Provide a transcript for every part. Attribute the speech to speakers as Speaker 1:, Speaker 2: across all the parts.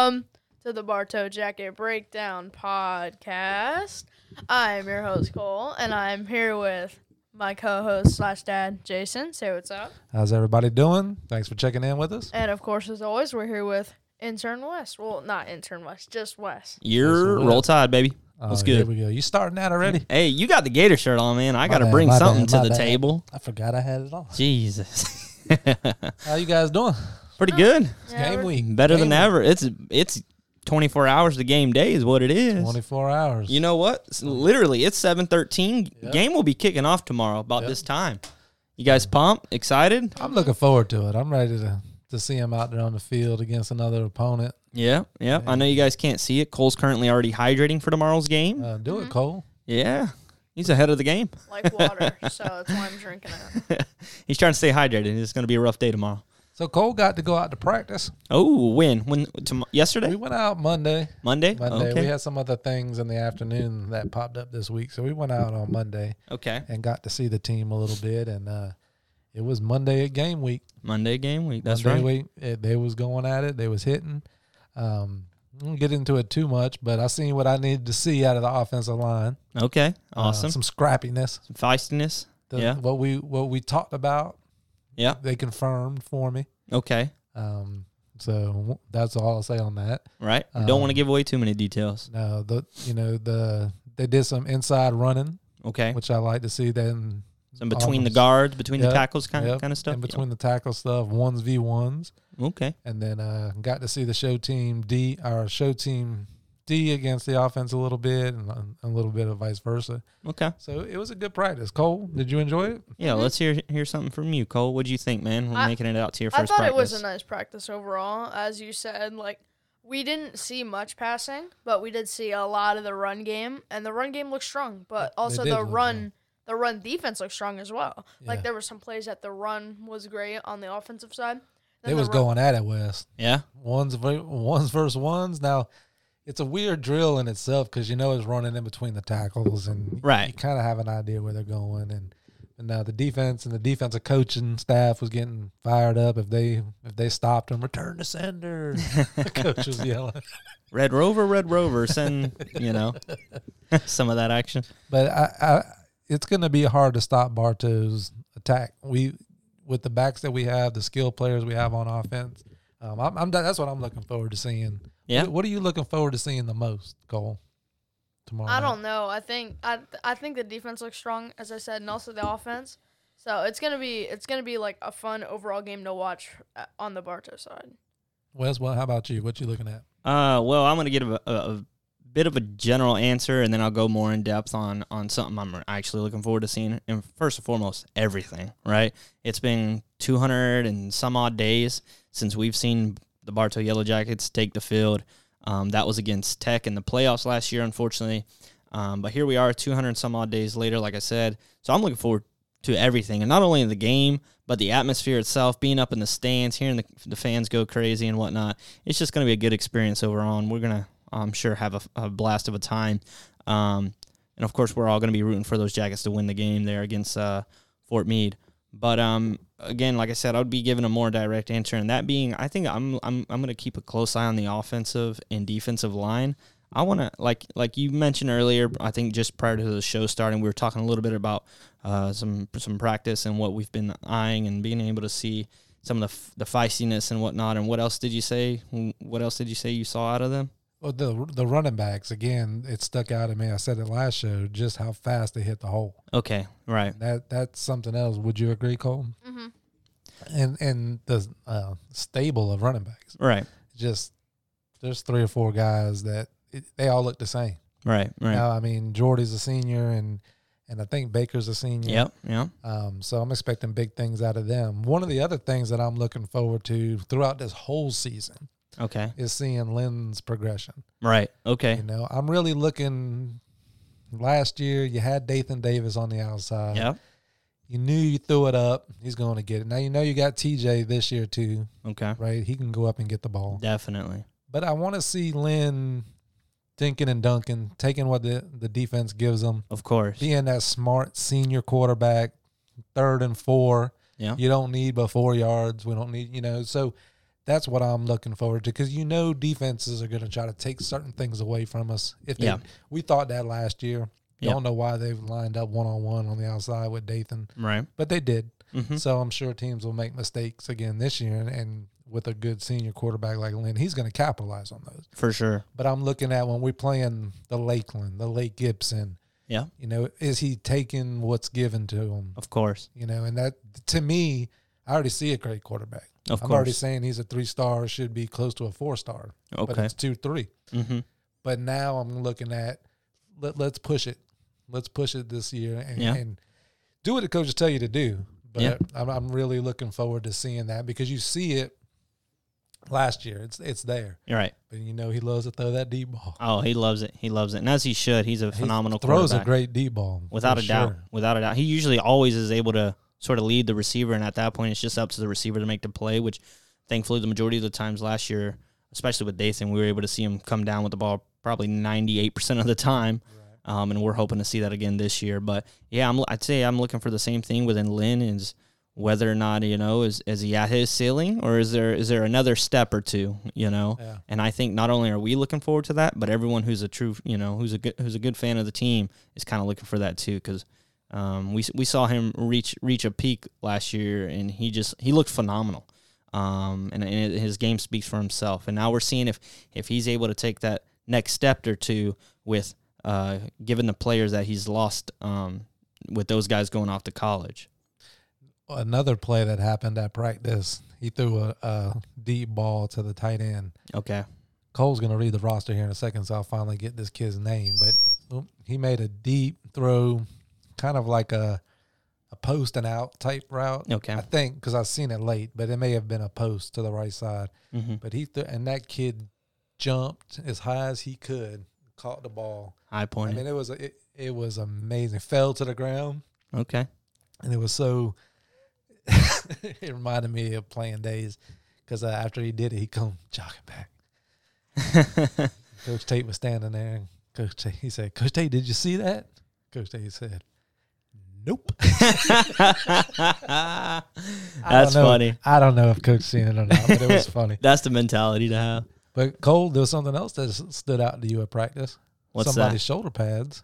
Speaker 1: to the Bartow Jacket Breakdown podcast. I'm your host Cole, and I'm here with my co-host slash dad Jason. Say what's up,
Speaker 2: How's everybody doing? Thanks for checking in with us.
Speaker 1: and of course, as always, we're here with intern West. Well, not intern West, just West.
Speaker 2: Yes,
Speaker 3: You're
Speaker 2: we will.
Speaker 3: roll tide, baby. What's
Speaker 2: Oh, Here
Speaker 3: good?
Speaker 2: we go. You starting that already?
Speaker 3: Hey, you got the gator shirt on, man. I got to
Speaker 2: bad,
Speaker 3: bring
Speaker 2: my
Speaker 3: something
Speaker 2: bad, my
Speaker 3: to the
Speaker 2: bad.
Speaker 3: table.
Speaker 2: I forgot I had it on.
Speaker 3: Jesus,
Speaker 2: How you guys doing?
Speaker 3: pretty good.
Speaker 2: It's
Speaker 1: Yeah,
Speaker 2: game
Speaker 1: we're-
Speaker 2: week.
Speaker 3: Better
Speaker 2: Game
Speaker 3: than
Speaker 2: week.
Speaker 3: ever. It's it's 24 hours to game day is what it is.
Speaker 2: Twenty-four hours.
Speaker 3: You know what? It's literally, it's 7:13.
Speaker 2: Yep.
Speaker 3: Game will be kicking off tomorrow about
Speaker 2: Yep.
Speaker 3: this time. You guys pumped? Excited?
Speaker 2: I'm looking forward to it. I'm ready to to see him out there on the field against another opponent.
Speaker 3: Yeah, yeah. I know you guys can't see it. Cole's currently already hydrating for tomorrow's game.
Speaker 2: Uh, do it, Cole.
Speaker 3: yeah. He's ahead of the game.
Speaker 1: like water, so that's why I'm drinking it.
Speaker 3: He's trying to stay hydrated. It's going to be a rough day tomorrow.
Speaker 2: So Cole got to go out to practice.
Speaker 3: Oh, when? When? Tom- yesterday?
Speaker 2: We went out Monday.
Speaker 3: Monday?
Speaker 2: Monday.
Speaker 3: okay.
Speaker 2: We had some other things in the afternoon that popped up this week, so we went out on Monday
Speaker 3: okay.
Speaker 2: and got to see the team a little bit. And uh, it was Monday at game week.
Speaker 3: Monday game week. That's
Speaker 2: Monday
Speaker 3: right.
Speaker 2: week, eh, they was going at it. They was hitting. Um, I won't get into it too much, but I seen what I needed to see out of the offensive line.
Speaker 3: Okay.
Speaker 2: Uh,
Speaker 3: Awesome.
Speaker 2: some scrappiness.
Speaker 3: some feistiness.
Speaker 2: The-
Speaker 3: Yeah.
Speaker 2: What we what we talked about,
Speaker 3: Yeah.
Speaker 2: they confirmed for me.
Speaker 3: Okay.
Speaker 2: Um, so that's all I'll say on that.
Speaker 3: Right. We Don't want to
Speaker 2: Um,
Speaker 3: give away too many details.
Speaker 2: No, the you know the they did some inside running,
Speaker 3: Okay.
Speaker 2: which I like to see. Then
Speaker 3: Some between the
Speaker 2: offense.
Speaker 3: guards, between
Speaker 2: Yep,
Speaker 3: the tackles kind,
Speaker 2: Yep.
Speaker 3: kind of stuff.
Speaker 2: in
Speaker 3: Yep.
Speaker 2: between the tackle stuff, ones v ones.
Speaker 3: Okay.
Speaker 2: and then uh, got to see the show team D, our show team D against the offense a little bit, and a- a little bit of vice versa.
Speaker 3: Okay.
Speaker 2: So it was a good practice. Cole, did you enjoy it?
Speaker 3: Yeah.
Speaker 1: Mhm.
Speaker 3: Let's hear hear something from you, Cole. What'd you think, man? We're
Speaker 1: I-
Speaker 3: making it out to your
Speaker 1: I
Speaker 3: first
Speaker 1: thought it
Speaker 3: practice.
Speaker 1: was a nice practice overall, as you said. Like we didn't see much passing, but we did see a lot of the run game, and the run game looked strong. But
Speaker 2: they
Speaker 1: also
Speaker 2: did
Speaker 1: the
Speaker 2: look
Speaker 1: run, the run defense looked strong as well.
Speaker 2: Yeah.
Speaker 1: Like there were some plays that the run was great on the offensive side.
Speaker 2: They
Speaker 1: Then the
Speaker 2: was
Speaker 1: run-
Speaker 2: going at it, Wes.
Speaker 3: yeah.
Speaker 2: Ones v- ones versus ones. Now, it's a weird drill in itself because you know it's running in between the tackles, and
Speaker 3: Right.
Speaker 2: you kind of have an idea where they're going. And and now the defense and the defensive coaching staff was getting fired up if they if they stopped them, return to sender. the coach was yelling.
Speaker 3: Red Rover, Red Rover, send you know some of that action.
Speaker 2: But I, I it's going to be hard to stop Barto's attack. We with the backs that we have, the skill players we have on offense. Um, I'm, I'm that's what I'm looking forward to seeing.
Speaker 3: Yeah.
Speaker 2: What, what are you looking forward to seeing the most, Cole? Tomorrow.
Speaker 1: I
Speaker 2: night?
Speaker 1: don't know. I think I I think the defense looks strong, as I said, and also the offense. So it's gonna be it's gonna be like a fun overall game to watch uh, on the Bartow side.
Speaker 2: Wes, well, how about you? What you looking at?
Speaker 3: Uh, well, I'm gonna give a, a, a bit of a general answer, and then I'll go more in depth on on something I'm actually looking forward to seeing. And first and foremost, everything. Right? It's been 200 and some odd days since we've seen the Bartow Yellow Jackets take the field. Um, that was against Tech in the playoffs last year, unfortunately. Um, but here we are, 200 and some odd days later. Like I said, so I'm looking forward to everything, and not only the game, but the atmosphere itself. Being up in the stands, hearing the, the fans go crazy and whatnot. It's just going to be a good experience overall, and we're gonna, I'm sure, have a, a blast of a time. Um, and of course, we're all going to be rooting for those Jackets to win the game there against uh, Fort Meade. But um, again, like I said, I would be giving a more direct answer, and that being, I think I'm I'm I'm going to keep a close eye on the offensive and defensive line. I want to like like you mentioned earlier. I think just prior to the show starting, we were talking a little bit about uh, some some practice and what we've been eyeing and being able to see some of the f- the feistiness and whatnot. And what else did you say? What else did you say you saw out of them?
Speaker 2: Well, the the running backs again. It stuck out at me. I said it last show. Just how fast they hit the hole.
Speaker 3: Okay, right.
Speaker 2: That that's something else. Would you agree, Cole?
Speaker 1: hmm
Speaker 2: And and the uh, stable of running backs.
Speaker 3: Right,
Speaker 2: just there's three or four guys that it, they all look the same.
Speaker 3: right, right.
Speaker 2: Now, I mean, Jordy's a senior, and and I think Baker's a senior.
Speaker 3: Yep, yep.
Speaker 2: Um, so I'm expecting big things out of them. One of the other things that I'm looking forward to throughout this whole season
Speaker 3: Okay,
Speaker 2: is seeing Lynn's progression.
Speaker 3: right.
Speaker 2: You
Speaker 3: Okay,
Speaker 2: know, I'm really looking. Last year, you had Dathan Davis on the outside.
Speaker 3: yep.
Speaker 2: You knew you threw it up. He's going to get it. Now you know you got TJ this year too,
Speaker 3: Okay,
Speaker 2: right? He can go up and get the ball.
Speaker 3: definitely.
Speaker 2: But I want to see Lynn thinking and dunking, taking what the, the defense gives them,
Speaker 3: Of course.
Speaker 2: being that smart senior quarterback, third and four.
Speaker 3: Yeah.
Speaker 2: You don't need but four yards. We don't need, you know. So That's what I'm looking forward to because you know defenses are going to try to take certain things away from us. If they,
Speaker 3: Yeah.
Speaker 2: we thought that last year,
Speaker 3: Yeah.
Speaker 2: don't know why they've lined up one on one on the outside with Dathan,
Speaker 3: Right.
Speaker 2: but they did.
Speaker 3: Mm-hmm.
Speaker 2: So I'm sure teams will make mistakes again this year, and, and with a good senior quarterback like Lynn, he's going to capitalize on those.
Speaker 3: For sure.
Speaker 2: But I'm looking at when we're playing the Lakeland, the Lake Gibson.
Speaker 3: Yeah.
Speaker 2: You know, is he taking what's given to him?
Speaker 3: Of course.
Speaker 2: You know, and that to me, I already see a great quarterback.
Speaker 3: Of
Speaker 2: I'm already
Speaker 3: course.
Speaker 2: saying he's a three star, should be close to a four star, but
Speaker 3: Okay.
Speaker 2: it's two three.
Speaker 3: Mm-hmm.
Speaker 2: But now I'm looking at let, let's push it, let's push it this year and,
Speaker 3: Yeah.
Speaker 2: and do what the coaches tell you to do. But
Speaker 3: Yeah.
Speaker 2: I'm, I'm really looking forward to seeing that because you see it last year. It's it's there,
Speaker 3: You're right.
Speaker 2: but you know he loves to throw that deep ball.
Speaker 3: Oh, he loves it. He loves it, and as he should. He's a
Speaker 2: He
Speaker 3: phenomenal
Speaker 2: throws a
Speaker 3: quarterback.
Speaker 2: great deep ball
Speaker 3: without
Speaker 2: for
Speaker 3: a doubt.
Speaker 2: sure.
Speaker 3: Without a doubt, he usually always is able to sort of lead the receiver, and at that point, it's just up to the receiver to make the play. Which, thankfully, the majority of the times last year, especially with Dathan, we were able to see him come down with the ball probably ninety eight percent of the time. Um, and we're hoping to see that again this year. But yeah, I'm, I'd say I'm looking for the same thing within Lynn is whether or not you know is is he at his ceiling or is there is there another step or two you know
Speaker 2: Yeah.
Speaker 3: and I think not only are we looking forward to that, but everyone who's a true, you know, who's a good, who's a good fan of the team is kind of looking for that too, because um, we we saw him reach reach a peak last year, and he just he looked phenomenal, um, and, and his game speaks for himself. And now we're seeing if if he's able to take that next step or two with uh, given the players that he's lost um, with those guys going off to college.
Speaker 2: Another play that happened at practice, he threw a, a deep ball to the tight end.
Speaker 3: Okay,
Speaker 2: Cole's going to read the roster here in a second, so I'll finally get this kid's name. But oop, he made a deep throw, kind of like a a post and out type route.
Speaker 3: okay,
Speaker 2: I think because I've seen it late, but it may have been a post to the right side.
Speaker 3: mm-hmm.
Speaker 2: But he th- and that kid jumped as high as he could, caught the ball.
Speaker 3: high
Speaker 2: I
Speaker 3: point.
Speaker 2: mean, it was it, it was amazing. Fell to the ground,
Speaker 3: okay,
Speaker 2: and it was so. it reminded me of playing days because uh, after he did it, he come jogging back. Coach Tate was standing there. And Coach Tate, he said, Coach Tate, did you see that? Coach Tate said, Nope. I don't
Speaker 3: that's
Speaker 2: know-
Speaker 3: funny.
Speaker 2: I don't know if Coach seen it or not, but it was funny.
Speaker 3: That's the mentality to have.
Speaker 2: But Cole, there was something else that s- stood out to you at practice.
Speaker 3: What's
Speaker 2: Somebody's shoulder pads.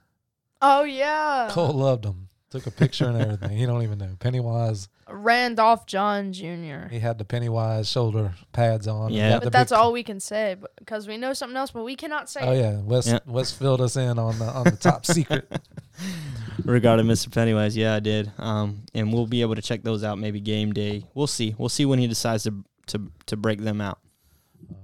Speaker 1: Oh yeah.
Speaker 2: Cole loved them. Took a picture and everything. He don't even know. Pennywise,
Speaker 1: Randolph John Jr.
Speaker 2: he had the Pennywise shoulder pads on. and
Speaker 3: Yeah.
Speaker 2: got the
Speaker 1: But that's
Speaker 2: big-
Speaker 1: all we can say because we know something else, but we cannot say.
Speaker 2: Oh
Speaker 1: it.
Speaker 2: yeah, West
Speaker 3: Yeah.
Speaker 2: West filled us in on the on the top secret.
Speaker 3: that? Regarding Mr. Pennywise, yeah, I did. Um, and we'll be able to check those out maybe game day. We'll see. We'll see when he decides to to to break them out.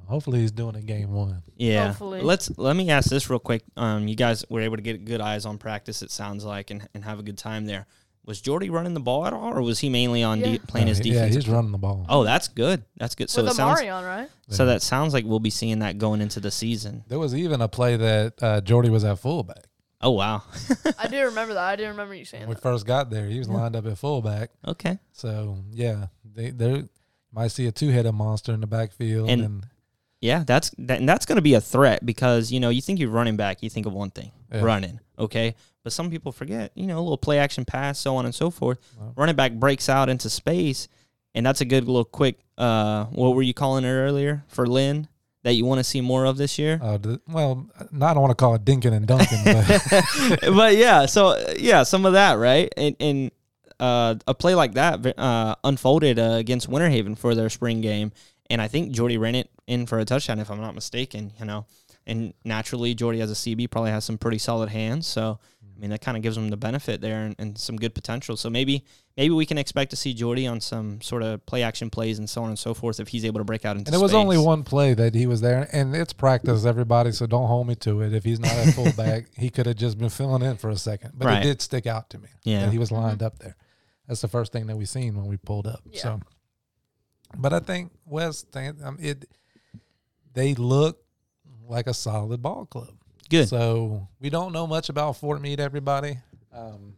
Speaker 2: Hopefully he's doing it game one.
Speaker 3: Yeah.
Speaker 1: Hopefully.
Speaker 3: Let's let me ask this real quick. Um, you guys were able to get good eyes on practice. It sounds like and, and have a good time there. Was Jordy running the ball at all, or was he mainly on
Speaker 1: Yeah.
Speaker 3: de- playing his
Speaker 2: Uh, yeah,
Speaker 3: defense?
Speaker 2: he's running the ball.
Speaker 3: oh, that's good. That's good. So
Speaker 1: With
Speaker 3: it sounds
Speaker 1: Amarion, right?
Speaker 3: so that sounds like we'll be seeing that going into the season.
Speaker 2: There was even a play that uh, Jordy was at fullback.
Speaker 3: Oh wow.
Speaker 1: I do remember that. I do remember you saying
Speaker 2: When we
Speaker 1: that.
Speaker 2: first got there, he was
Speaker 3: Yeah.
Speaker 2: lined up at fullback.
Speaker 3: Okay.
Speaker 2: So yeah, they they might see a two headed monster in the backfield, and,
Speaker 3: And- Yeah, that's that, and that's going to be a threat because you know you think you're running back, you think of one thing,
Speaker 2: Yeah.
Speaker 3: running, okay. But some people forget, you know, a little play action pass, so on and so forth.
Speaker 2: Wow.
Speaker 3: Running back breaks out into space, and that's a good little quick. Uh, what were you calling it earlier for Lynn that you want to see more of this year?
Speaker 2: uh, the, well, not I don't want to call it Dinkin and Duncan, but
Speaker 3: but yeah, so uh, yeah, some of that, right? And, and uh, a play like that uh, unfolded uh, against Winter Haven for their spring game, and I think Jordy ran it in for a touchdown, if I'm not mistaken. You know, and naturally, Jordy as a CB probably has some pretty solid hands, so I mean that kind of gives him the benefit there and, and some good potential. So maybe maybe we can expect to see Jordy on some sort of play action plays and so on and so forth if he's able to break out into.
Speaker 2: and it was only
Speaker 3: space.
Speaker 2: one play that he was there, and it's practice, everybody. So don't hold me to it. If he's not at fullback, he could have just been filling in for a second, but it
Speaker 3: Right.
Speaker 2: did stick out to me.
Speaker 3: Yeah.
Speaker 2: that he was lined up there. That's the first thing that we seen when we pulled up.
Speaker 1: Yeah.
Speaker 2: So, but I think West, um, it they look like a solid ball club.
Speaker 3: Good.
Speaker 2: So we don't know much about Fort Meade, everybody. Um,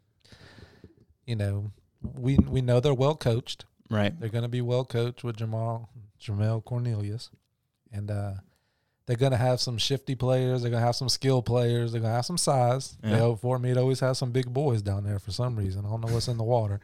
Speaker 2: you know, we we know they're well coached.
Speaker 3: Right.
Speaker 2: They're going to be well coached with Jamal Jamel Cornelius, and uh, they're going to have some shifty players. They're going to have some skill players. They're going to have some size. You
Speaker 3: Yeah.
Speaker 2: know, Fort Meade always has some big boys down there for some reason. I don't know what's in the water,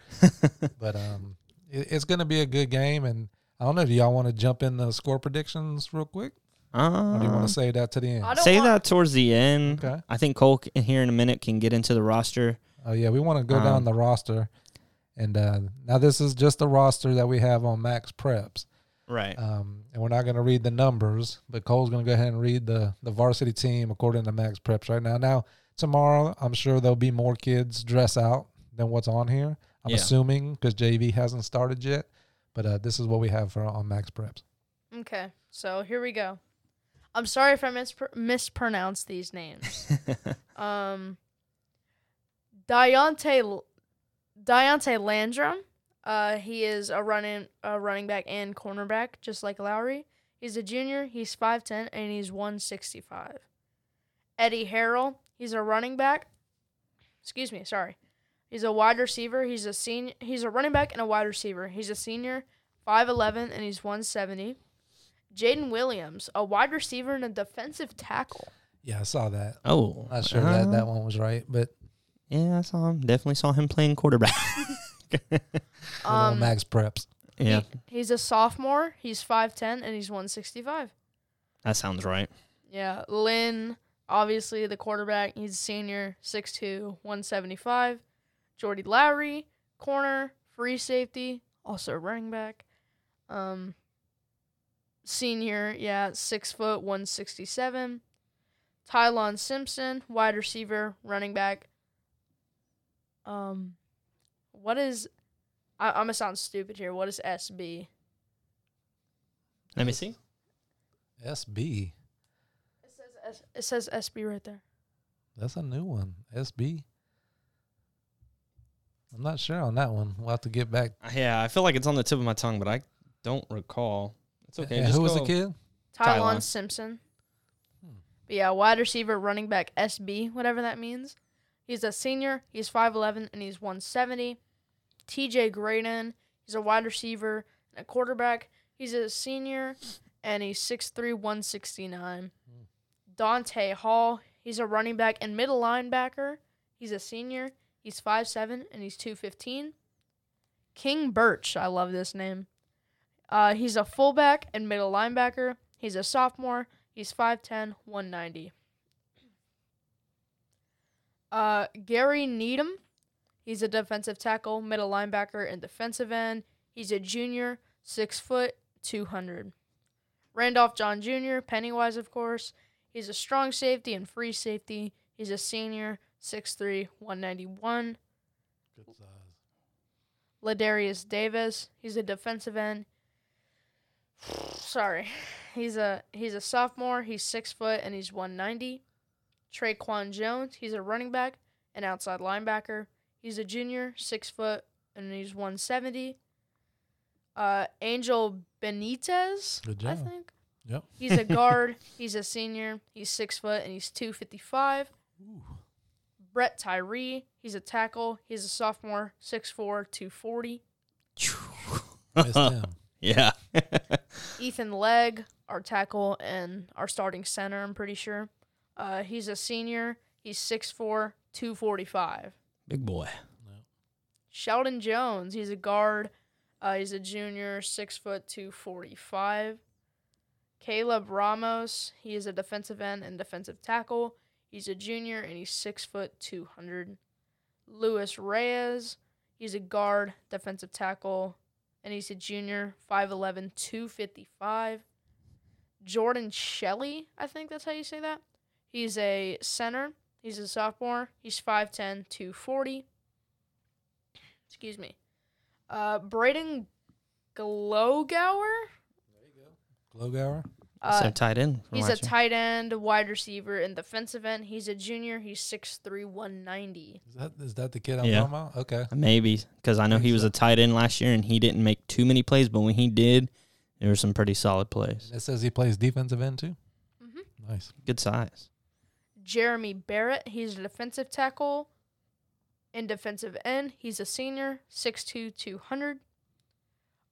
Speaker 2: but um, it, it's going to be a good game, and I don't know. Do y'all want to jump in the score predictions real quick, or do you want
Speaker 3: Um,
Speaker 2: to save that to the end?
Speaker 1: I don't
Speaker 3: say
Speaker 1: want-
Speaker 3: that towards the end.
Speaker 2: Okay.
Speaker 3: I think Cole c- in here in a minute can get into the roster.
Speaker 2: Oh yeah, we want to go down
Speaker 3: Um,
Speaker 2: the roster, and uh, now this is just the roster that we have on Max Preps,
Speaker 3: Right.
Speaker 2: um, and we're not going to read the numbers, but Cole's going to go ahead and read the the varsity team according to Max Preps right now. Now tomorrow, I'm sure there'll be more kids dress out than what's on here. I'm
Speaker 3: Yeah.
Speaker 2: assuming because JV hasn't started yet, but uh, this is what we have for on Max Preps.
Speaker 1: Okay, so here we go. I'm sorry if I mispr- mispronounced these names. um, Deontay, Deontay Landrum. Uh, he is a running a running back and cornerback, just like Lowry. He's a junior. He's five ten and he's one sixty five. Eddie Harrell. He's a running back. Excuse me. Sorry. He's a wide receiver. He's a senior. He's a running back and a wide receiver. He's a senior. 5'11 and he's 170. Jaden Williams, a wide receiver and a defensive tackle.
Speaker 2: Yeah, I saw that.
Speaker 3: oh,
Speaker 2: Not sure
Speaker 3: uh,
Speaker 2: that that one was right, but
Speaker 3: Yeah, I saw him. Definitely saw him playing quarterback.
Speaker 2: we're on
Speaker 1: Um,
Speaker 2: Max Preps.
Speaker 3: yeah,
Speaker 1: He's a sophomore. He's 5'10 and he's 165.
Speaker 3: that sounds right.
Speaker 1: Yeah. Lynn, obviously the quarterback. He's a senior, 6'2, 175. Jordy Lowry, corner, free safety, also a running back. Um, senior, yeah, six foot, 167. Tylon Simpson, wide receiver, running back. Um, what is? I, I'm gonna sound stupid here. What is SB?
Speaker 3: Let me see.
Speaker 2: SB.
Speaker 1: It says S, it says SB right there.
Speaker 2: That's a new one. SB. I'm not sure on that one. We'll have to get back.
Speaker 3: Yeah, I feel like it's on the tip of my tongue, but I don't recall. It's okay.
Speaker 2: Yeah,
Speaker 3: just
Speaker 2: who was
Speaker 3: go-
Speaker 2: the kid?
Speaker 1: Tylon
Speaker 3: Tylon.
Speaker 1: Simpson.
Speaker 2: Hmm.
Speaker 1: But yeah, wide receiver, running back, SB, whatever that means. He's a senior. He's 5'11 and he's 170. TJ Graydon. He's a wide receiver and a quarterback. He's a senior and he's 6'3, 169. Dante Hall. He's a running back and middle linebacker. He's a senior. He's 5'7 and he's 215. King Birch. I love this name. Uh, he's a fullback and middle linebacker. He's a sophomore. He's 5'10, 190. Uh, Gary Needham. He's a defensive tackle, middle linebacker, and defensive end. He's a junior, 6 foot, 200. Randolph John Jr., Pennywise, of course. He's a strong safety and free safety. He's a senior, 6'3, 191. Ladarius Davis. He's a defensive end. Sorry, he's a he's a sophomore. He's six foot and he's one ninety. Traquan Jones. He's a running back and outside linebacker. He's a junior, six foot and he's one seventy. Uh, Angel Benitez.
Speaker 2: Good
Speaker 1: I
Speaker 2: job.
Speaker 1: think.
Speaker 2: Yep.
Speaker 1: He's a guard. he's a senior. He's six foot and he's two fifty five. Brett Tyree. He's a tackle. He's a sophomore, 6'4", 240.
Speaker 2: Missed him.
Speaker 3: yeah.
Speaker 1: Ethan Legg, our tackle and our starting center, I'm pretty sure. Uh, he's a senior. He's 6'4, 245.
Speaker 3: Big boy.
Speaker 1: Sheldon Jones, he's a guard. Uh, he's a junior, 6'2, 245. Caleb Ramos, he is a defensive end and defensive tackle. He's a junior and he's 6'2, 200. Luis Reyes, he's a guard, defensive tackle, and he's a junior, 5'11, 255. Jordan Shelley, I think that's how you say that. He's a center. He's a sophomore. He's 5'10, 240. Excuse me. Uh, Braden Glogauer.
Speaker 2: Glogauer.
Speaker 1: Uh,
Speaker 3: so tight end.
Speaker 1: He's a
Speaker 3: reminds me.
Speaker 1: tight end, wide receiver, and defensive end. He's a junior. He's 6'3", 190.
Speaker 2: Is that is that the kid I'm
Speaker 3: Yeah.
Speaker 2: talking about? Okay.
Speaker 3: Maybe because I know he was a tight end last year and he didn't make too many plays, but when he did, there were some pretty solid plays.
Speaker 2: It says he plays defensive end too.
Speaker 1: Mhm.
Speaker 2: Nice.
Speaker 3: Good size.
Speaker 1: Jeremy Barrett. He's a defensive tackle and defensive end. He's a senior, 6'2", 200.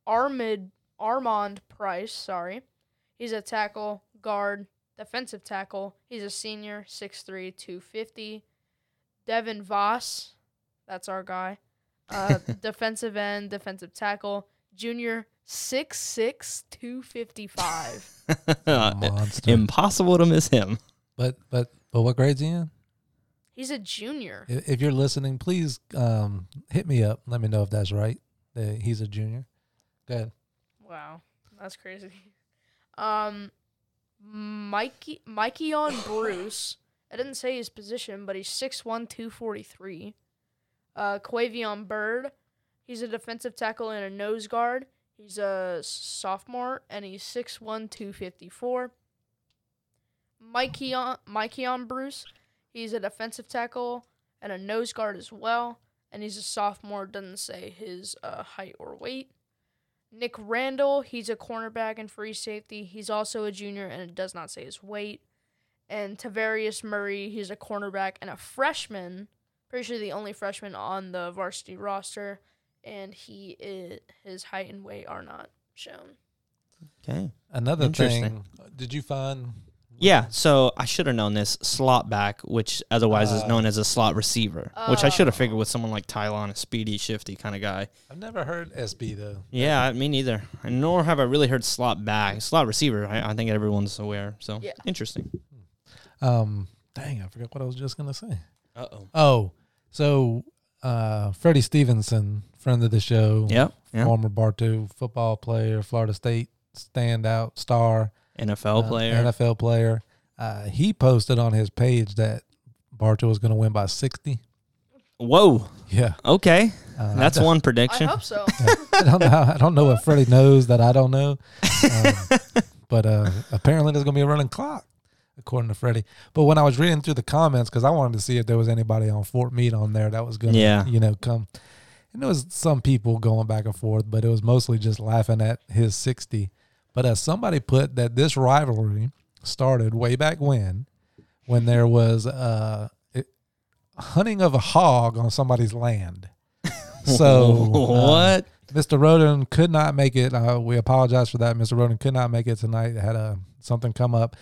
Speaker 1: Armid, Armand Price, sorry. He's a tackle, guard, defensive tackle. He's a senior, 6'3", 250. Devin Voss, that's our guy. Uh, defensive end, defensive tackle, junior, Six six two fifty five.
Speaker 3: Uh,
Speaker 2: Monster.
Speaker 3: Impossible to miss him.
Speaker 2: But but but what grade's he in?
Speaker 1: He's a junior.
Speaker 2: If, if you're listening, please um, hit me up. Let me know if that's right. That he's a junior. Go ahead.
Speaker 1: Wow, that's crazy. Um, Mikey Mikey on Bruce. I didn't say his position, but he's six one two forty three. Uh, Quavion Bird. He's a defensive tackle and a nose guard. He's a sophomore and he's six one two fifty four. Mikey on Mikey on Bruce. He's a defensive tackle and a nose guard as well, and he's a sophomore. Doesn't say his uh, height or weight. Nick Randall, he's a cornerback and free safety. He's also a junior, and it does not say his weight. And Tavarius Murray, he's a cornerback and a freshman. Pretty sure the only freshman on the varsity roster, and he is, his height and weight are not shown.
Speaker 3: Okay.
Speaker 2: Another thing.
Speaker 3: Interesting.
Speaker 2: Did you find?
Speaker 3: Yeah, so I should have known this slot back, which otherwise is
Speaker 2: Uh,
Speaker 3: known as a slot receiver, which I should have
Speaker 1: Oh.
Speaker 3: figured with someone like Tylon, a speedy, shifty kind of guy.
Speaker 2: I've never heard SB though.
Speaker 3: Yeah, me neither. And nor have I really heard slot back, slot receiver. I, I think everyone's aware. So
Speaker 1: Yeah.
Speaker 3: interesting.
Speaker 2: Um, dang, I forgot what I was just gonna say.
Speaker 3: Uh oh.
Speaker 2: Oh, so uh, Freddie Stevenson, friend of the show,
Speaker 3: Yeah. Yeah.
Speaker 2: former Bartu football player, Florida State standout star,
Speaker 3: NFL
Speaker 2: uh,
Speaker 3: player.
Speaker 2: NFL player. Uh, he posted on his page that Bartu was going to win by sixty.
Speaker 3: Whoa.
Speaker 2: Yeah,
Speaker 3: Okay.
Speaker 2: uh,
Speaker 3: That's
Speaker 2: I,
Speaker 3: one
Speaker 1: I
Speaker 3: prediction.
Speaker 1: hope so.
Speaker 2: I don't know. How, I don't know what Freddie knows that I don't know. Um, but uh, apparently, there's going to be a running clock. According to Freddie, but when I was reading through the comments, because I wanted to see if there was anybody on Fort Meade on there that was going to
Speaker 3: Yeah.
Speaker 2: you know, come. And there was some people going back and forth, but it was mostly just laughing at his 60. But uh, somebody put that this rivalry started way back when, when there was uh, it, hunting of a hog on somebody's land. So uh,
Speaker 3: what?
Speaker 2: Mr. Roden could not make it. Uh, we apologize for that. Mr. Roden could not make it tonight. Had uh, something come up.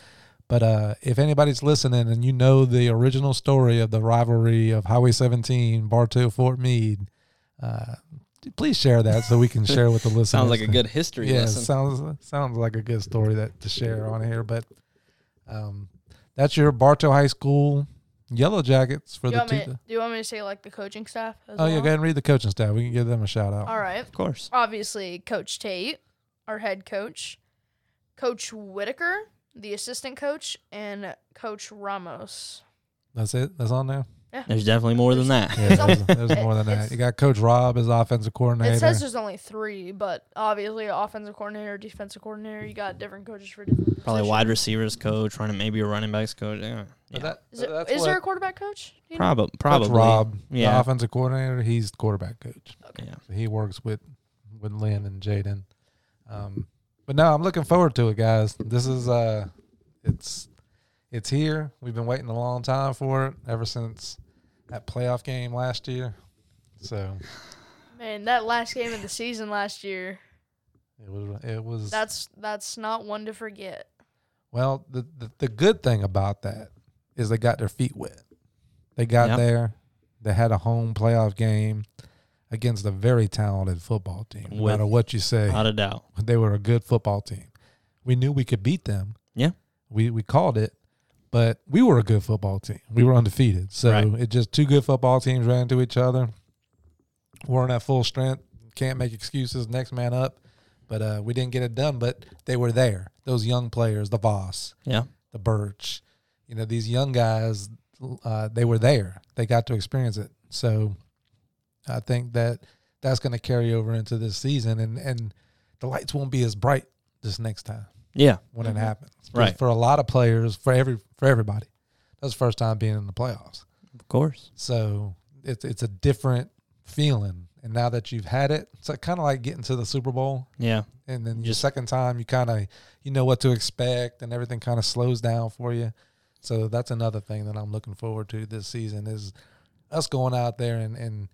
Speaker 2: But uh, if anybody's listening and you know the original story of the rivalry of Highway 17, Bartow, Fort Meade, uh, please share that so we can share with the listeners.
Speaker 3: Sounds like a good history
Speaker 2: yeah,
Speaker 3: lesson.
Speaker 2: sounds sounds like a good story that to share on here. But um, that's your Bartow High School Yellow Jackets for
Speaker 1: do, you
Speaker 2: the
Speaker 1: want me,
Speaker 2: two.
Speaker 1: do you want me to say like the coaching staff? As
Speaker 2: Oh
Speaker 1: well?
Speaker 2: yeah, go ahead and read the coaching staff. We can give them a shout out.
Speaker 1: All right.
Speaker 3: of course.
Speaker 1: obviously Coach Tate, our head coach, Coach Whitaker, the assistant coach, and Coach Ramos.
Speaker 2: That's it. That's on there.
Speaker 3: There's definitely more than that.
Speaker 2: Yeah,
Speaker 1: It's-
Speaker 2: there's, there's more than that.
Speaker 1: it's-
Speaker 2: You got Coach Rob as offensive coordinator.
Speaker 1: It says there's only three, but obviously offensive coordinator, defensive coordinator, you got different coaches for different.
Speaker 3: Probably
Speaker 1: positions.
Speaker 3: wide receivers coach, running maybe a running backs coach. Yeah.
Speaker 2: But
Speaker 3: yeah.
Speaker 2: that-
Speaker 1: Is, it-
Speaker 2: that's
Speaker 1: is
Speaker 2: what
Speaker 1: there a quarterback coach? Do you know?
Speaker 3: Probably. Probably.
Speaker 2: Coach Rob, the
Speaker 3: Yeah.
Speaker 2: offensive coordinator, he's the quarterback coach.
Speaker 3: Yeah.
Speaker 2: So he works with with Lynn and Jaden. Um, but no, I'm looking forward to it, guys. This is uh, it's it's here. We've been waiting a long time for it ever since that playoff game last year. So
Speaker 1: Man, that last game of the season last year,
Speaker 2: it was it was
Speaker 1: that's that's not one to forget.
Speaker 2: Well, the, the the good thing about that is they got their feet wet. They got
Speaker 3: Yep.
Speaker 2: there. They had a home playoff game against a very talented football team. No
Speaker 3: With-
Speaker 2: matter what you say,
Speaker 3: Without a doubt.
Speaker 2: they were a good football team. We knew we could beat them.
Speaker 3: Yeah.
Speaker 2: We we called it, but we were a good football team. We were undefeated. So
Speaker 3: Right.
Speaker 2: it just two good football teams ran into each other. Weren't at full strength. Can't make excuses. Next man up. But uh, we didn't get it done. But they were there. Those young players, the Voss,
Speaker 3: Yeah.
Speaker 2: the Birch. You know, these young guys, uh, they were there. They got to experience it. So I think that that's going to carry over into this season, and and the lights won't be as bright this next time
Speaker 3: Yeah.
Speaker 2: when
Speaker 1: Mhm.
Speaker 2: it happens. 'Cause
Speaker 3: Right.
Speaker 2: For a lot of players, for every for everybody, that's the first time being in the playoffs.
Speaker 3: Of course.
Speaker 2: So it's it's a different feeling. And now that you've had it, it's kind of like getting to the Super Bowl
Speaker 3: Yeah.
Speaker 2: and then your
Speaker 3: Just-
Speaker 2: second time you kind of you know what to expect and everything kind of slows down for you so that's another thing that i'm looking forward to this season is us going out there and, and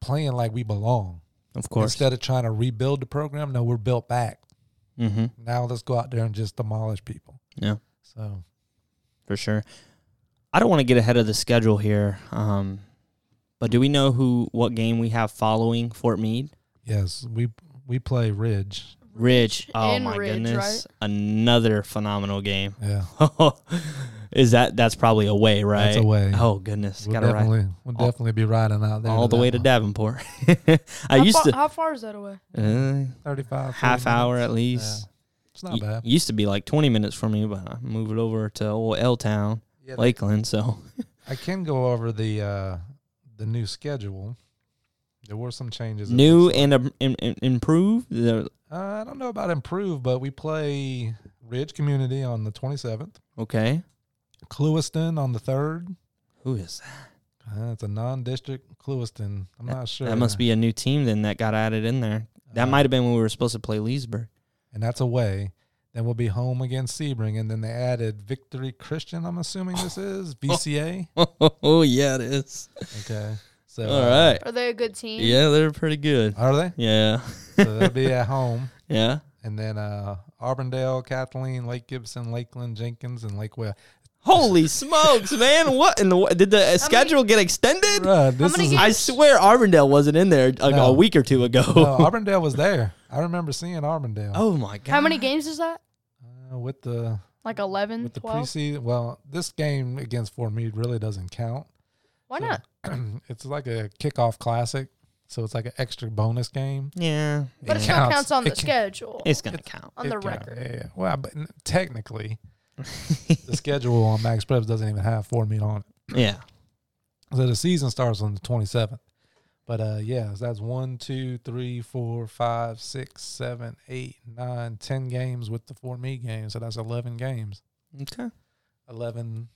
Speaker 2: playing like we belong
Speaker 3: Of course.
Speaker 2: instead of trying to rebuild the program no we're built back
Speaker 3: Mm-hmm.
Speaker 2: now let's go out there and just demolish people
Speaker 3: Yeah.
Speaker 2: so
Speaker 3: for sure. I don't want to get ahead of the schedule here, um, but do we know who what game we have following Fort Meade?
Speaker 2: yes we we play Ridge.
Speaker 3: Ridge. Oh
Speaker 1: in
Speaker 3: my
Speaker 1: Ridge,
Speaker 3: goodness. Another phenomenal game.
Speaker 2: Yeah,
Speaker 3: Is that that's probably away, right?
Speaker 2: that's a way.
Speaker 3: Oh goodness.
Speaker 2: we'll
Speaker 3: Gotta ride
Speaker 2: definitely we'll
Speaker 3: all-
Speaker 2: definitely be riding out there
Speaker 3: all the
Speaker 2: that
Speaker 3: way to
Speaker 2: one.
Speaker 3: Davenport. I
Speaker 1: how,
Speaker 3: used
Speaker 1: far, how far is that away?
Speaker 3: to uh,
Speaker 2: 35
Speaker 3: half
Speaker 2: 40
Speaker 3: hour
Speaker 2: minutes.
Speaker 3: at least.
Speaker 2: It's not
Speaker 3: Y-
Speaker 2: bad.
Speaker 3: used to be like twenty minutes for me, but I moved it over to old L Town,
Speaker 2: Yeah, they-
Speaker 3: Lakeland. So
Speaker 2: I can go over the uh the new schedule. There were some changes. in
Speaker 3: new
Speaker 2: this.
Speaker 3: and um, im- im- improved. The-
Speaker 2: uh, I don't know about improve, but we play Ridge Community on the 27th,
Speaker 3: Okay,
Speaker 2: Clewiston on the 3rd.
Speaker 3: who is that?
Speaker 2: Uh, it's a non-district Clewiston. I'm not sure.
Speaker 3: That must be a new team then that got added in there. That
Speaker 2: Uh,
Speaker 3: might have been when we were supposed to play Leesburg.
Speaker 2: and that's away. Then we'll be home against Sebring, and then they added Victory Christian. I'm assuming this is VCA.
Speaker 3: oh yeah, it is.
Speaker 2: Okay, so
Speaker 3: All right.
Speaker 1: Are they a good team?
Speaker 3: Yeah, they're pretty good.
Speaker 2: uh, are they?
Speaker 3: Yeah.
Speaker 2: So they'll be at home,
Speaker 3: Yeah.
Speaker 2: and then uh Auburndale, Kathleen, Lake Gibson, Lakeland, Jenkins, and Lakewell.
Speaker 3: Holy smokes, man! What in the wo- did the uh, schedule get extended?
Speaker 2: Bruh, this
Speaker 1: many
Speaker 2: is
Speaker 1: games-
Speaker 3: I swear Arvindale wasn't in there like
Speaker 2: No.
Speaker 3: a week or two ago.
Speaker 2: no, Auburndale was there. I remember seeing Auburndale.
Speaker 3: oh my god!
Speaker 1: How many games is that?
Speaker 2: Uh, with the
Speaker 1: Like 11,
Speaker 2: with the
Speaker 1: 12?
Speaker 2: preseason, well, this game against Fort Meade really doesn't count.
Speaker 1: Why
Speaker 2: So-
Speaker 1: not?
Speaker 2: it's like a kickoff classic, so it's like an extra bonus game.
Speaker 3: Yeah,
Speaker 1: But it still
Speaker 2: not-
Speaker 3: yeah.
Speaker 2: Counts.
Speaker 1: counts on the
Speaker 2: It can-
Speaker 1: schedule.
Speaker 3: it's gonna count.
Speaker 1: on the
Speaker 2: It count-
Speaker 1: record.
Speaker 2: yeah, yeah. Well, but n- technically, the schedule on Max Preps doesn't even have Fort Meade on it.
Speaker 3: Yeah.
Speaker 2: So the season starts on the twenty seventh. But uh, yeah, so that's one, two, three, four, five, six, seven, eight, nine, ten games with the Fort Meade game. So that's eleven games.
Speaker 3: Okay.
Speaker 2: 11.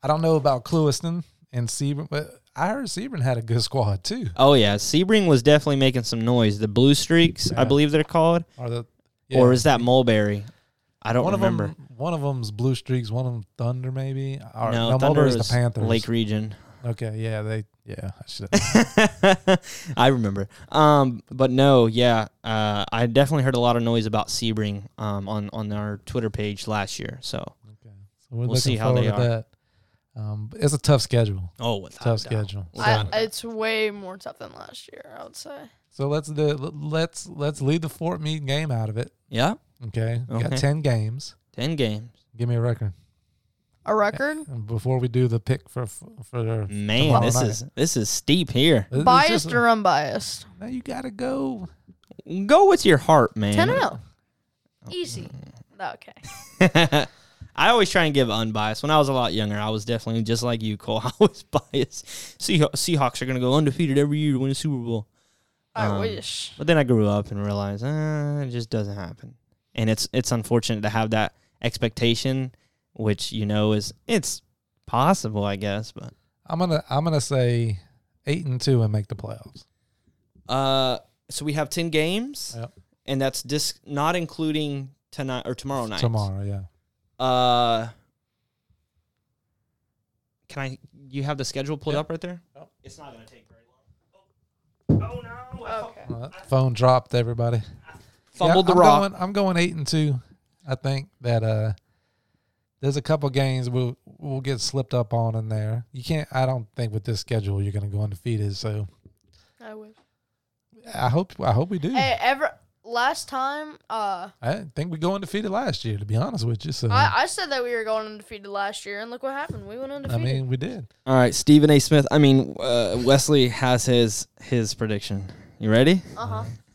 Speaker 2: I don't know about Clewiston and Sebring, but I heard Sebring had a good squad too.
Speaker 3: Oh yeah, Sebring was definitely making some noise. The Blue Streaks,
Speaker 2: Yeah.
Speaker 3: I believe they're called,
Speaker 2: Or the
Speaker 3: or is that Mulberry? I don't
Speaker 2: one
Speaker 3: remember.
Speaker 2: of them? One of them's Blue Streaks. One of them Thunder, maybe. Or, no,
Speaker 3: no, Thunder
Speaker 2: Mulberry's
Speaker 3: was
Speaker 2: the Panthers.
Speaker 3: Lake Region.
Speaker 2: Okay, yeah, they, yeah, I should.
Speaker 3: I remember. Um, but no, yeah, uh, I definitely heard a lot of noise about Sebring um, on on our Twitter page last year. So,
Speaker 2: So we're
Speaker 3: We'll see how they are.
Speaker 2: that. Um, but it's a tough schedule.
Speaker 3: oh, without
Speaker 2: Tough
Speaker 3: a doubt.
Speaker 2: schedule.
Speaker 3: Without
Speaker 1: I,
Speaker 3: a doubt.
Speaker 1: it's way more tough than last year, I would say.
Speaker 2: So let's do, let's let's leave the Fort Meade game out of it.
Speaker 3: yeah,
Speaker 2: Okay, we got
Speaker 3: Okay.
Speaker 2: ten games.
Speaker 3: ten games.
Speaker 2: Give me a record
Speaker 1: A record?
Speaker 2: And before we do the pick for for
Speaker 3: Man,
Speaker 2: Tomorrow
Speaker 3: this
Speaker 2: night.
Speaker 3: is this is steep here.
Speaker 2: It's
Speaker 1: Biased
Speaker 2: just-
Speaker 1: or unbiased?
Speaker 2: Now you gotta go.
Speaker 3: Go with your heart, man.
Speaker 1: 10
Speaker 2: oh.
Speaker 1: 0. Easy. Okay.
Speaker 3: I always try and give unbiased. When I was a lot younger, I was definitely just like you, Cole. I was biased. Seahaw- Seahawks are going to go undefeated every year to win a Super Bowl.
Speaker 1: I
Speaker 3: Um,
Speaker 1: wish.
Speaker 3: But then I grew up and realized uh, it just doesn't happen, and it's it's unfortunate to have that expectation, which you know is it's possible, I guess. But
Speaker 2: I'm gonna I'm gonna say eight and two and make the playoffs.
Speaker 3: uh, so we have ten games,
Speaker 2: Yep.
Speaker 3: and that's dis- not including tonight or tomorrow night.
Speaker 2: Tomorrow, yeah.
Speaker 3: Uh, can I? You have the schedule pulled
Speaker 2: Yeah.
Speaker 3: up right there. It's not gonna take very long. Oh, no!
Speaker 1: Okay.
Speaker 2: Well, that Uh, phone dropped everybody.
Speaker 3: Fumbled
Speaker 2: Yeah,
Speaker 3: the
Speaker 2: I'm
Speaker 3: rock.
Speaker 2: Going, I'm going eight and two. I think that uh, there's a couple games we'll we'll get slipped up on in there. You can't. I don't think with this schedule you're gonna go undefeated. So
Speaker 1: I wish.
Speaker 2: I hope I hope we do.
Speaker 1: Hey, ever last time, uh,
Speaker 2: I didn't think we go undefeated last year. To be honest with you, so
Speaker 1: I, I said that we were going undefeated last year, and look what happened. We went
Speaker 2: I
Speaker 1: undefeated.
Speaker 2: mean we did.
Speaker 3: All right, Stephen A. Smith. I mean, uh, Wesley has his his prediction. You ready?
Speaker 1: uh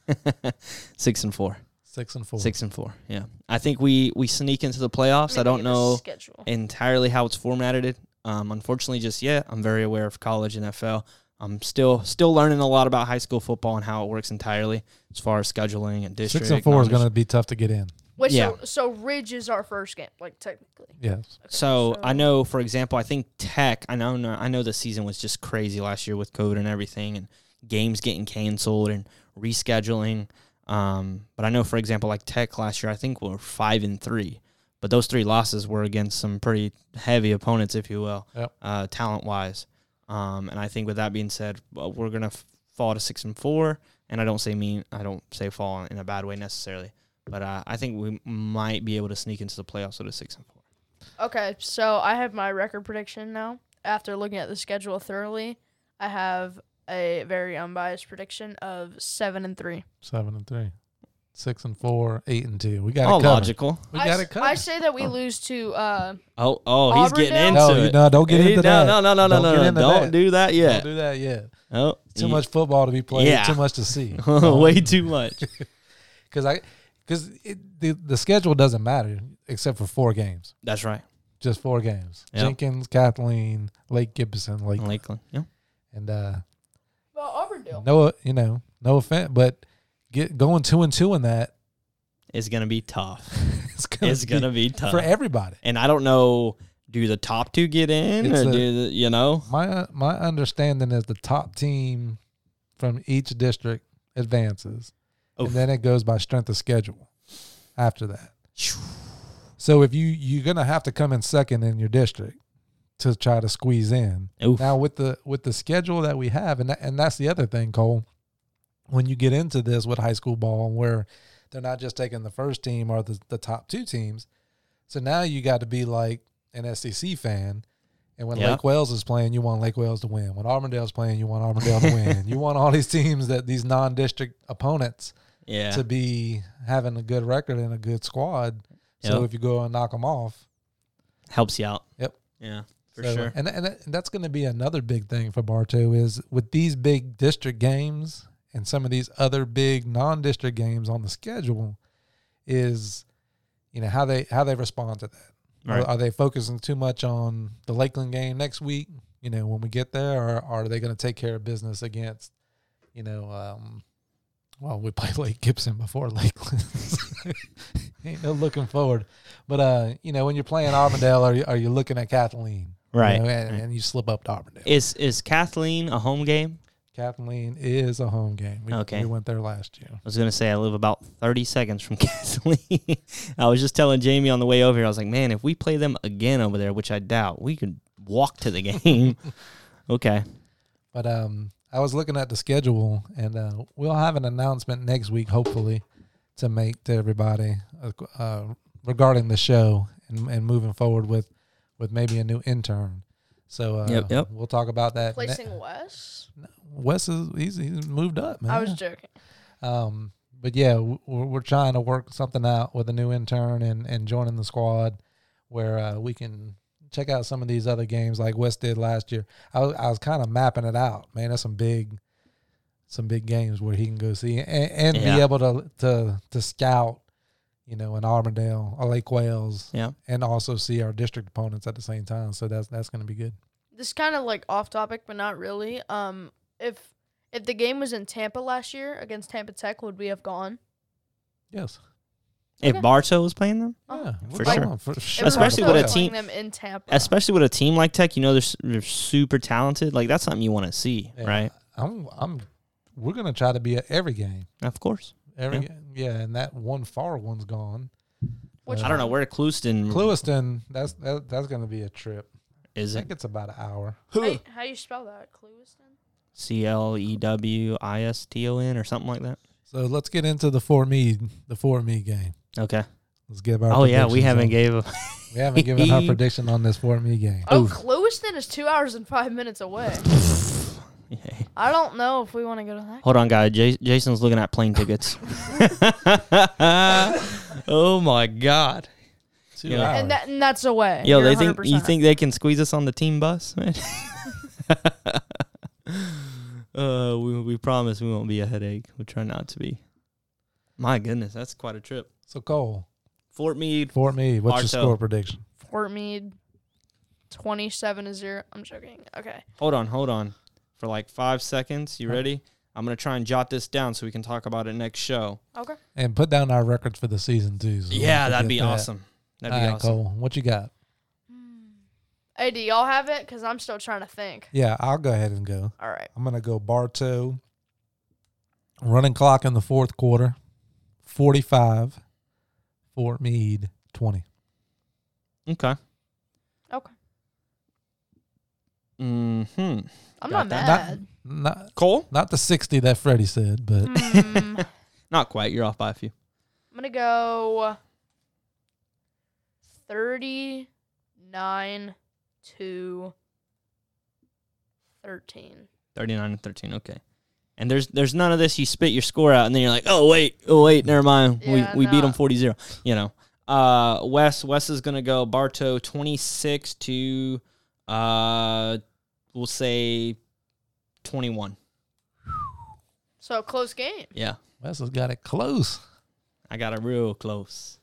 Speaker 1: huh.
Speaker 3: Six and four.
Speaker 2: Six and four.
Speaker 3: Six and four. Yeah, I think we we sneak into the playoffs. I don't know
Speaker 1: Schedule.
Speaker 3: entirely how it's formatted. Um, unfortunately, just yet, I'm very aware of college and NFL. I'm still still learning a lot about high school football and how it works entirely as far as scheduling and district.
Speaker 2: Six and four is
Speaker 3: non-district.
Speaker 2: gonna be tough to get in.
Speaker 1: Wait,
Speaker 3: yeah.
Speaker 1: so, so Ridge is our first game, like technically.
Speaker 2: Yes.
Speaker 3: So,
Speaker 1: So-
Speaker 3: I know, for example, I think Tech. I know, I know the season was just crazy last year with COVID and everything, and games getting canceled and rescheduling. Um, but I know, for example, like Tech last year, I think were five and three, but those three losses were against some pretty heavy opponents, if you will,
Speaker 2: Yep.
Speaker 3: uh, talent wise. Um, and I think with that being said, well, we're gonna f- fall to six and four. And I don't say mean, I don't say fall in a bad way necessarily, but uh, I think we might be able to sneak into the playoffs with a six and four.
Speaker 1: Okay, so I have my record prediction now. After looking at the schedule thoroughly, I have a very unbiased prediction of seven and three.
Speaker 2: Seven and three, six and four, eight and two. We got
Speaker 3: All
Speaker 2: it covered.
Speaker 3: Oh, logical.
Speaker 2: We
Speaker 1: I
Speaker 2: got
Speaker 1: s-
Speaker 2: it covered. Oh.
Speaker 1: I say that we lose to uh,
Speaker 3: Oh, oh, he's getting into
Speaker 1: Auburndale?
Speaker 2: no, you,
Speaker 3: it.
Speaker 2: no, don't get
Speaker 3: Hey,
Speaker 2: into
Speaker 3: no,
Speaker 2: that.
Speaker 3: no, no, no,
Speaker 2: Don't
Speaker 3: no,
Speaker 2: get
Speaker 3: no,
Speaker 2: into
Speaker 3: Don't
Speaker 2: that.
Speaker 3: do that
Speaker 2: Don't
Speaker 3: yet.
Speaker 2: do that yet.
Speaker 3: Oh,
Speaker 2: Too
Speaker 3: he-
Speaker 2: much football to be played.
Speaker 3: Yeah.
Speaker 2: Too much to see.
Speaker 3: Way too much.
Speaker 2: Because I, because the the schedule doesn't matter except for four games.
Speaker 3: That's right.
Speaker 2: Just four games.
Speaker 3: Yep. Mm.
Speaker 2: Jenkins, Kathleen, Lake Gibson, Lake,
Speaker 3: Lakeland. Yeah.
Speaker 2: and uh,
Speaker 1: well, Auburndale.
Speaker 2: no, you know, no offense, but get going two and two in that.
Speaker 3: It's gonna be tough.
Speaker 2: It's gonna,
Speaker 3: It's gonna be tough.
Speaker 2: for everybody.
Speaker 3: and I don't know. Do the top two get in,
Speaker 2: It's
Speaker 3: or
Speaker 2: a-
Speaker 3: do the, you know?
Speaker 2: My my understanding is the top team from each district advances,
Speaker 3: Oof.
Speaker 2: and then it goes by strength of schedule. After that,
Speaker 3: Phew.
Speaker 2: so if you you're gonna have to come in second in your district to try to squeeze in.
Speaker 3: Oof.
Speaker 2: Now with the with the schedule that we have, and that, and that's the other thing, Cole. When you get into this with high school ball, and where they're not just taking the first team or the, the top two teams, so now you got to be like an SEC fan. And when
Speaker 3: Yeah.
Speaker 2: Lake Wales is playing, you want Lake Wales to win. When Auburndale's playing, you want Auburndale to win. You want all these teams that these non-district opponents
Speaker 3: yeah.
Speaker 2: to be having a good record and a good squad. So
Speaker 3: Yep.
Speaker 2: if you go and knock them off,
Speaker 3: Helps you out.
Speaker 2: Yep.
Speaker 3: Yeah. For
Speaker 2: So,
Speaker 3: sure.
Speaker 2: And, and that- and that's going to be another big thing for Bartow is with these big district games and some of these other big non-district games on the schedule is you know how they how they respond to that.
Speaker 3: Right.
Speaker 2: Are, are they focusing too much on the Lakeland game next week, you know, when we get there or, are they going to take care of business against you know um well, we played Lake Gibson before Lakeland. Ain't no looking forward. But uh, you know, when you're playing Auburndale, are you are you looking at Kathleen? you
Speaker 3: Right.
Speaker 2: know, and,
Speaker 3: Right.
Speaker 2: and you slip up to Auburndale.
Speaker 3: Is is Kathleen a home game?
Speaker 2: Kathleen is a home game. We,
Speaker 3: Okay.
Speaker 2: we went there last year.
Speaker 3: I was gonna say I live about thirty seconds from Kathleen. I was just telling Jamie on the way over here. I was like, man, if we play them again over there, which I doubt, we could walk to the game. okay.
Speaker 2: But um, I was looking at the schedule, and uh, we'll have an announcement next week, hopefully, to make to everybody uh, uh, regarding the show and, and moving forward with with maybe a new intern. So uh,
Speaker 3: Yep, yep.
Speaker 2: we'll talk about that. ne-
Speaker 1: Placing Wes.
Speaker 2: Wes is he's, he's moved up, man.
Speaker 1: I was joking.
Speaker 2: Um, but yeah, w- we're, we're trying to work something out with a new intern and, and joining the squad where uh, we can check out some of these other games like West did last year. I was, I was kind of mapping it out, man. That's some big, some big games where he can go see and, and be
Speaker 3: Yeah.
Speaker 2: able to, to, to scout, you know, in Auburndale or Lake Wales
Speaker 3: Yeah.
Speaker 2: and also see our district opponents at the same time. So that's, that's going to be good.
Speaker 1: This is kind of like off topic, but not really. Um, if if the game was in Tampa last year against Tampa Tech, would we have gone?
Speaker 2: Yes.
Speaker 3: If
Speaker 1: Okay.
Speaker 3: Bartow was playing them,
Speaker 2: Yeah, we're
Speaker 3: for sure.
Speaker 2: going For
Speaker 1: If
Speaker 2: sure.
Speaker 3: Oh, Especially
Speaker 1: Barstow
Speaker 3: with a
Speaker 1: was
Speaker 3: team-
Speaker 1: playing them in Tampa.
Speaker 3: especially with a team like Tech, you know they're, s- they're super talented. Like that's something you want to see,
Speaker 2: Yeah.
Speaker 3: right?
Speaker 2: I'm, I'm, we're going to try to be at every game.
Speaker 3: Of course.
Speaker 2: Every
Speaker 3: Yeah.
Speaker 2: yeah. and that one far one's gone.
Speaker 1: Which
Speaker 2: Uh,
Speaker 3: I don't know where Clouston
Speaker 2: Clewiston, that's that, that's gonna be a trip.
Speaker 3: is.
Speaker 2: I
Speaker 3: It
Speaker 2: think it's about an hour.
Speaker 1: how, you- how you spell that? Clewiston.
Speaker 3: C L E W I S T O N or something like that.
Speaker 2: So let's get into the Fort Meade, the Fort Meade game.
Speaker 3: Okay.
Speaker 2: Let's give our.
Speaker 3: Oh yeah, we
Speaker 2: predictions
Speaker 3: haven't
Speaker 2: on-
Speaker 3: gave. A,
Speaker 2: we haven't given our prediction on this Fort Meade game.
Speaker 1: Oh, Clewiston is two hours and five minutes away. I don't know if we want to go to that.
Speaker 3: Hold on, guys. Ja- Jason's looking at plane tickets. oh my God.
Speaker 2: Two
Speaker 3: Yeah.
Speaker 2: hours.
Speaker 1: And, that, and that's away.
Speaker 3: Yo,
Speaker 1: You're
Speaker 3: they think you
Speaker 1: 100%.
Speaker 3: think they can squeeze us on the team bus? Man. uh, we we promise we won't be a headache. We try not to be. My goodness, that's quite a trip.
Speaker 2: so Cole,
Speaker 3: Fort Meade.
Speaker 2: Fort Meade, what's your
Speaker 3: Bartow.
Speaker 2: score prediction?
Speaker 1: Fort Meade, twenty-seven to zero. I'm joking. Okay.
Speaker 3: Hold on, hold on. For like five seconds, you ready? I'm gonna try and jot this down so we can talk about it next show.
Speaker 1: Okay.
Speaker 2: And put down our records for the season too. so we
Speaker 3: yeah,
Speaker 2: don't
Speaker 3: that'd be
Speaker 2: forget that.
Speaker 3: awesome. That'd
Speaker 2: All
Speaker 3: be
Speaker 2: right,
Speaker 3: awesome.
Speaker 2: Cole, what you got?
Speaker 1: Hey, do y'all have it? Because I'm still trying to think.
Speaker 2: Yeah, I'll go ahead and go.
Speaker 1: All right.
Speaker 2: I'm gonna go Bartow. Running clock in the fourth quarter, forty-five. Fort Meade twenty.
Speaker 3: Okay.
Speaker 1: Okay.
Speaker 3: Mm-hmm.
Speaker 1: I'm not
Speaker 3: Got that.
Speaker 1: mad.
Speaker 2: Not
Speaker 3: Cole?
Speaker 2: not the sixty that Freddie said, but
Speaker 1: Hmm, I'm
Speaker 3: Not quite. You're off by a few.
Speaker 1: gonna go thirty-nine to thirteen.
Speaker 3: 39 and 13. Okay. And there's there's none of this. You spit your score out, and then you're like, oh wait, oh wait, never mind.
Speaker 1: Yeah,
Speaker 3: we we beat
Speaker 1: no.
Speaker 3: them 40-0. You know. Uh, Wes Wes is gonna go Bartow 26 to uh, we'll say 21.
Speaker 1: So close game.
Speaker 3: Yeah,
Speaker 2: Wes has got it close.
Speaker 3: I got it real close.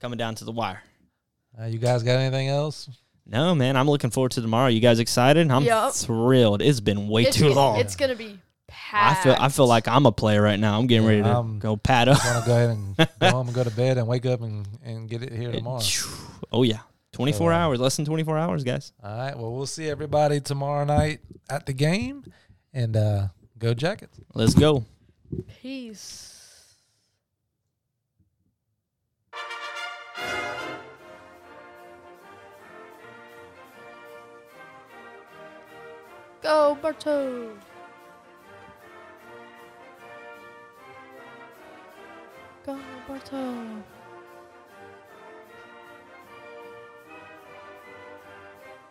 Speaker 3: Coming down to the wire.
Speaker 2: Uh, you guys got anything else?
Speaker 3: No, man, I'm looking forward to tomorrow. You guys excited? I'm
Speaker 1: Yup.
Speaker 3: thrilled. It's been way
Speaker 1: it's
Speaker 3: too
Speaker 1: g-
Speaker 3: long.
Speaker 1: It's gonna be
Speaker 3: I
Speaker 1: packed.
Speaker 3: feel I feel like I'm a player right now. I'm getting
Speaker 2: Yeah,
Speaker 3: ready to
Speaker 2: I'm-
Speaker 3: go pad up.
Speaker 2: I'm gonna go ahead and go home and go to bed and wake up and, and get it here tomorrow.
Speaker 3: Oh yeah,
Speaker 2: So,
Speaker 3: 24
Speaker 2: uh,
Speaker 3: hours, less than 24 hours, guys.
Speaker 2: All right. Well, we'll see everybody tomorrow night at the game, and uh, go Jackets.
Speaker 3: Let's go.
Speaker 1: peace. Go Barto. Go Barto.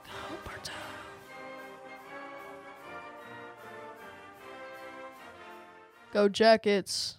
Speaker 1: Go Barto. Go Jackets.